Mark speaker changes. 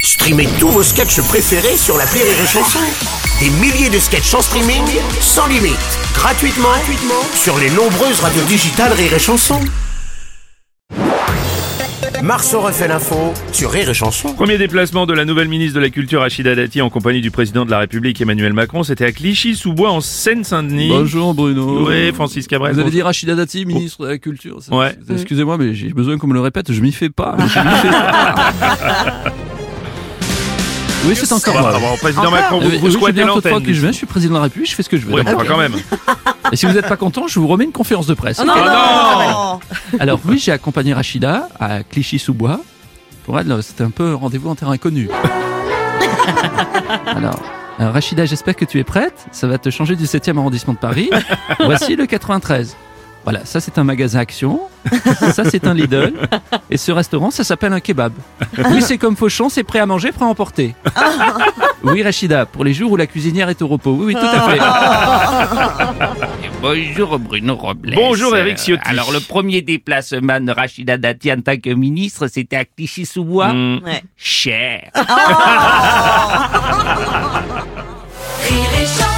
Speaker 1: Streamez tous vos sketchs préférés sur la Rire et Chanson. Des milliers de sketchs en streaming, sans limite, gratuitement, gratuitement sur les nombreuses radios digitales Rire et Chanson. Marceau refait l'info sur Rire et Chanson.
Speaker 2: Premier déplacement de la nouvelle ministre de la Culture Rachida Dati en compagnie du président de la République Emmanuel Macron, c'était à Clichy-sous-Bois en Seine-Saint-Denis.
Speaker 3: Bonjour Bruno.
Speaker 2: Oui, Francis Cabrel.
Speaker 3: Vous avez dit Rachida Dati, ministre de la Culture. c'est-
Speaker 2: Ouais.
Speaker 3: c'est- Excusez-moi, mais j'ai besoin qu'on me le répète, je m'y fais pas. je m'y fais pas. oui, c'est encore
Speaker 2: Ah,
Speaker 3: moi.
Speaker 2: bon, président Macron,
Speaker 3: Euh,
Speaker 2: vous, vous
Speaker 3: oui, c'est
Speaker 2: squattez
Speaker 3: bien toute fois
Speaker 2: l'antenne.
Speaker 3: que je Ah, viens, je suis président de la République, je fais ce que je veux.
Speaker 2: Oui,
Speaker 3: d'accord
Speaker 2: enfin, quand même.
Speaker 3: Et si vous n'êtes pas content, je vous remets une conférence de presse.
Speaker 2: Ah non,
Speaker 3: Alors oui, j'ai accompagné Rachida à Clichy-sous-Bois. Pour elle, euh, c'était un peu un rendez-vous en terre inconnue. Alors, euh, Rachida, j'espère que tu es prête. Ça va te changer du 7e arrondissement de Paris. Voici le 93. Voilà, ça c'est un magasin Action, ça c'est un Lidl, et ce restaurant ça s'appelle un kebab. Oui, c'est comme Fauchon, c'est prêt à manger, prêt à emporter. Oui, Rachida, pour les jours où la cuisinière est au repos. Oui, oui, tout à fait.
Speaker 4: Bonjour Bruno Robles.
Speaker 2: Bonjour, Eric
Speaker 4: Euh,
Speaker 2: Ciotti.
Speaker 4: Alors le premier déplacement de Rachida Dati en tant que ministre, c'était à
Speaker 3: Ah.
Speaker 4: Clichy-sous-Bois.
Speaker 2: Hmm.
Speaker 4: Cher.
Speaker 5: Rire et chanson.